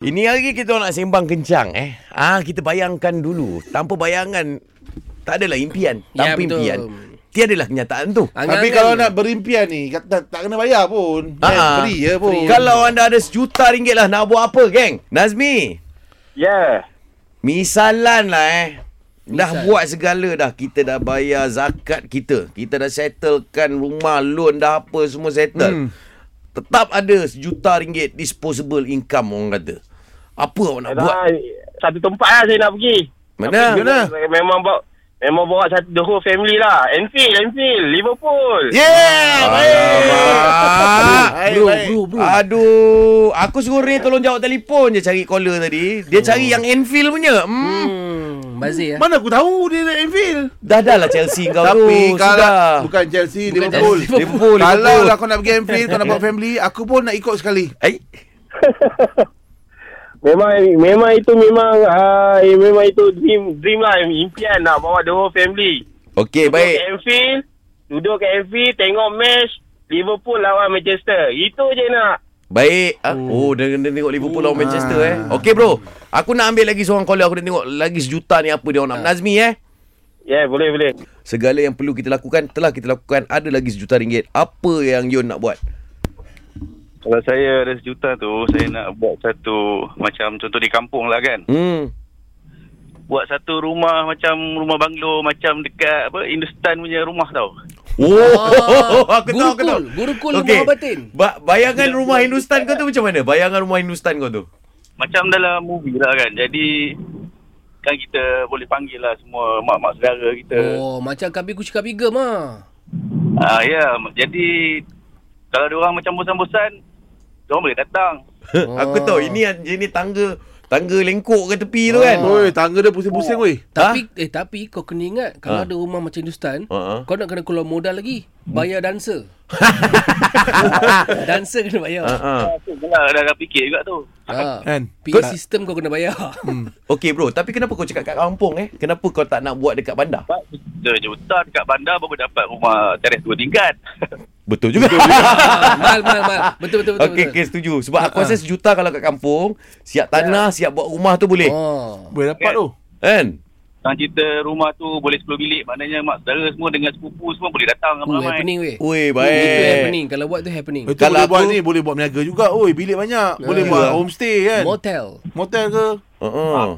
Ini hari kita nak sembang kencang eh. Ah kita bayangkan dulu. Tanpa bayangan tak adalah impian. Ya, Tanpa betul. impian tiadalah kenyataan tu. Angan kan? Tapi kalau nak berimpian ni kat- tak, tak kena bayar pun. Ah, Ya, ah. Kan, free je pun. Kalau anda ada sejuta ringgit lah nak buat apa geng? Nazmi, Ya. misalan lah eh. Dah Misal. buat segala dah Kita dah bayar zakat kita Kita dah settlekan rumah Loan dah apa semua settle hmm. Tetap ada sejuta ringgit Disposable income orang kata Apa awak nak buat? Ya, Eh, Dah, satu tempat lah saya nak pergi. Mana? Tapi Mana? Memang bawa Memang bawa satu the whole family lah. Enfield, Enfield, Liverpool. Ya. Yeah, Alamak. baik. Bro, Baik, bro, baik. bro. Aduh, aku suruh Ray tolong jawab telefon je cari caller tadi. Dia cari yang Enfield punya. Hmm. Hmm, Bazir ya. Mana aku tahu dia nak Enfield. Dah dah lah Chelsea kau Tapi tu. kalau Sudah. bukan Chelsea, Bukan Liverpool. Chelsea, Liverpool, Kalau Liverpool. lah kau nak pergi Enfield, kau nak bawa family, aku pun nak ikut sekali. Eh, Memang memang itu memang uh, memang itu dream dream lah impian nak bawa the whole family. okey Duduk kat Eh, baik. Enfield, duduk kat Enfield tengok match Liverpool lawan Manchester. Itu je nak. Baik. Ah, Hmm. oh, dia dia tengok Liverpool lawan Manchester Ah. eh. Okey bro. Aku nak ambil lagi seorang caller aku nak tengok lagi sejuta ni apa dia Ah. orang nak. Nazmi eh. Ya, yeah, boleh boleh. Segala yang perlu kita lakukan telah kita lakukan. Ada lagi sejuta ringgit. Apa yang Yun nak buat? Kalau saya ada sejuta tu, saya nak buat satu macam contoh di kampung lah kan. Hmm. Buat satu rumah macam rumah banglo macam dekat apa Hindustan punya rumah tau. Oh, Ah, aku tahu, aku gurukul. tahu. Gurukul rumah Okey. batin. Ba- bayangan rumah Hindustan kau tu macam mana? Bayangan rumah Hindustan kau tu. Macam dalam movie lah kan. Jadi kan kita boleh panggil lah semua mak-mak saudara kita. Eh. Oh, macam kami kucing kami gem ah. Ah ya, jadi kalau dia orang macam bosan-bosan, dia orang boleh datang. Oh. Aku tahu ini ini tangga tangga lengkok ke tepi tu kan. Oi, tangga dia pusing-pusing weh. Tapi eh tapi kau kena ingat Ah. kalau ada rumah macam Hindustan, Ah, ah. kau nak kena keluar modal lagi. Bayar dancer. dancer kena bayar. Ha ah. Aku pula dah, dah fikir juga tu. Ha. Kan? Hmm. PA system kau kena bayar. Okey bro, tapi kenapa kau cakap kat kampung eh? Kenapa kau tak nak buat dekat bandar? Dia juta dekat bandar baru dapat rumah teres dua tingkat. Betul juga. Ah, mal mal mal. Betul betul Okey, betul. betul. Ah, okay, setuju. Sebab aku rasa sejuta kalau kat kampung, siap tanah, siap buat rumah tu boleh. Oh. Boleh dapat tu. Kan? Sang cerita rumah tu boleh 10 bilik. Maknanya mak saudara semua dengan sepupu semua boleh datang Ooh, ramai-ramai. Oh, happening weh. Ui, Itu baik. happening. Kalau buat tu happening. Itu Kalau boleh buat aku- ni, boleh buat meniaga juga. Oi, bilik banyak. Boleh Ya. buat homestay kan. Motel. Motel ke? Heeh.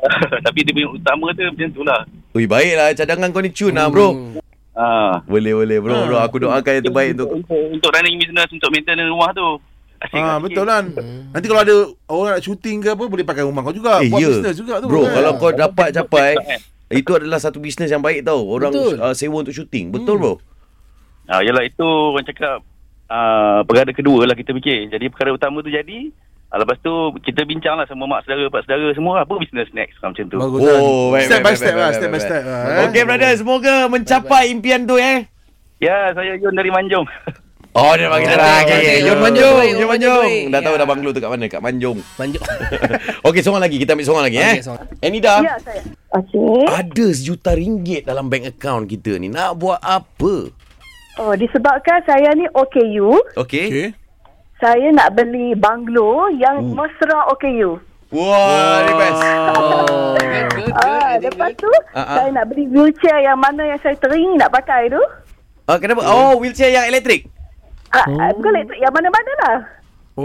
Tapi dia punya utama tu macam tu lah. ah. Ui, baiklah cadangan kau ni cun lah bro. Hmm. Ah. Ha. Boleh, boleh bro. Bro, aku doakan yang terbaik untuk Untuk, untuk running business, untuk maintenance rumah tu. Asyik Ha, lah betul sikit. kan. Nanti kalau ada orang nak syuting ke apa, boleh pakai rumah kau juga. Hmm. Eh, buat ya. business juga tu. Bro, kan? kalau kau dapat capai kan? itu adalah satu bisnes yang baik tau. Orang Betul. uh, sewa untuk syuting. Hmm. Betul bro? Ha, yalah itu orang cakap uh, perkara kedua lah kita fikir. Jadi perkara utama tu jadi. Ha, lepas tu kita bincang lah sama mak saudara, pak saudara semua. Apa business next Ha, macam tu. Bagus Oh, baik, kan. Step baik, by baik, step baik, lah, baik, step by baik. step lah. eh. Okay brother, semoga mencapai impian tu eh. Ya, saya Yun dari Manjung. Oh, dia panggil Oh, datang. Okay, okay. baik, Yon baik, Manjung, baik, Yon baik, Manjung. baik. Dah tahu Ya. dah banglo tu kat mana? Kat Manjung. Manjuk. Okey, seorang lagi. Kita ambil seorang lagi eh. Okey, seorang. Anida, Ya, saya. Okey. ada sejuta ringgit dalam bank account kita ni. Nak buat apa? Oh, disebabkan saya ni OKU, Okey. Okay. saya nak beli bungalow yang Ooh. mesra OKU. Ah, Wah, request. Oh. Good, good, good. Ah, Very lepas good. tu Ah, ah. saya nak beli wheelchair yang mana yang saya teringin nak pakai tu. Ah, kenapa? Oh, wheelchair yang elektrik. Ah, Oh. ah, bukan elektrik yang mana-mana lah.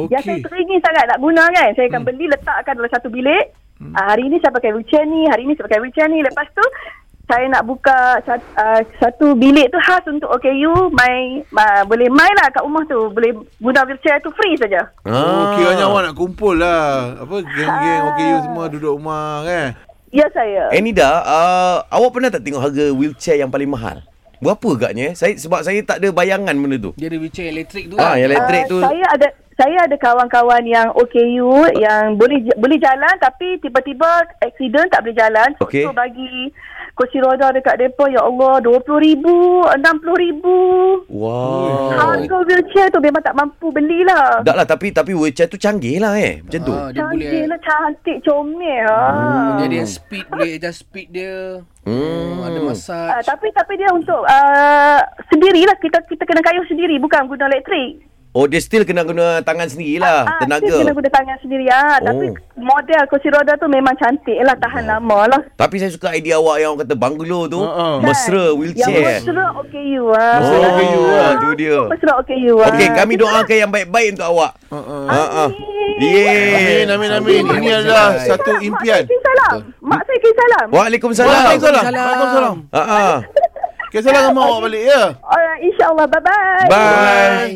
Yang saya Okay. teringin sangat nak guna kan. Saya Hmm. akan beli letakkan dalam satu bilik. Ah, hari ni saya pakai wheelchair ni, hari ni saya pakai wheelchair ni. Lepas tu saya nak buka sat- ah, satu bilik tu khas untuk OKU, main ah, boleh main lah kat rumah tu. Boleh guna wheelchair tu free saja. Oh, Ah. kiranya awak nak kumpul lah. Apa, geng-geng Ah. OKU semua duduk rumah kan. Ya Eh, saya. Anida, uh, awak pernah tak tengok harga wheelchair yang paling mahal? Berapa agaknya eh? Saya sebab saya tak ada bayangan benda tu. Dia ada wheelchair elektrik tu Ah, kan? yang elektrik Ah, tu. Saya ada saya ada kawan-kawan yang OKU yang boleh j- boleh jalan tapi tiba-tiba accident tak boleh jalan. So, Okey. so bagi kursi roda dekat depa ya Allah RM20,000, RM60,000. Wow. Harga wheelchair tu memang tak mampu belilah. Tak lah tapi tapi wheelchair tu canggih lah eh macam tu. Ah, dia boleh Cantik lah, cantik comel. Hmm. dia ada yang speed boleh adjust speed dia. Hmm. Ada Ah, massage. tapi tapi dia untuk uh, sendirilah kita kita kena kayuh sendiri bukan guna elektrik. Oh, dia still kena guna tangan sendirilah, Ah, Ya, tenaga. Dia kena guna tangan sendiri ah. Tapi Oh. model kursi roda tu memang cantik lah. Tahan lama lah. Tapi saya suka idea awak yang orang kata banglo tu, Ha, ha. mesra Kan? Yang wheelchair. mesra okay you ah. Mesra Oh, OKU lah, tu dia. Mesra okay you ah. Okey, kami doakan yang baik-baik untuk awak. Ha, ha. Ha ah. Amin. Yeay. Amin, amin, amin. Ini adalah satu impian. Mak saya kirim salam. Mak saya lah. kirim salam. Waalaikumsalam. Waalaikumsalam. Waalaikumsalam. Ha ah. Okey, salam sama awak balik ya. Alright, insyaAllah. Bye-bye. Bye. Bye.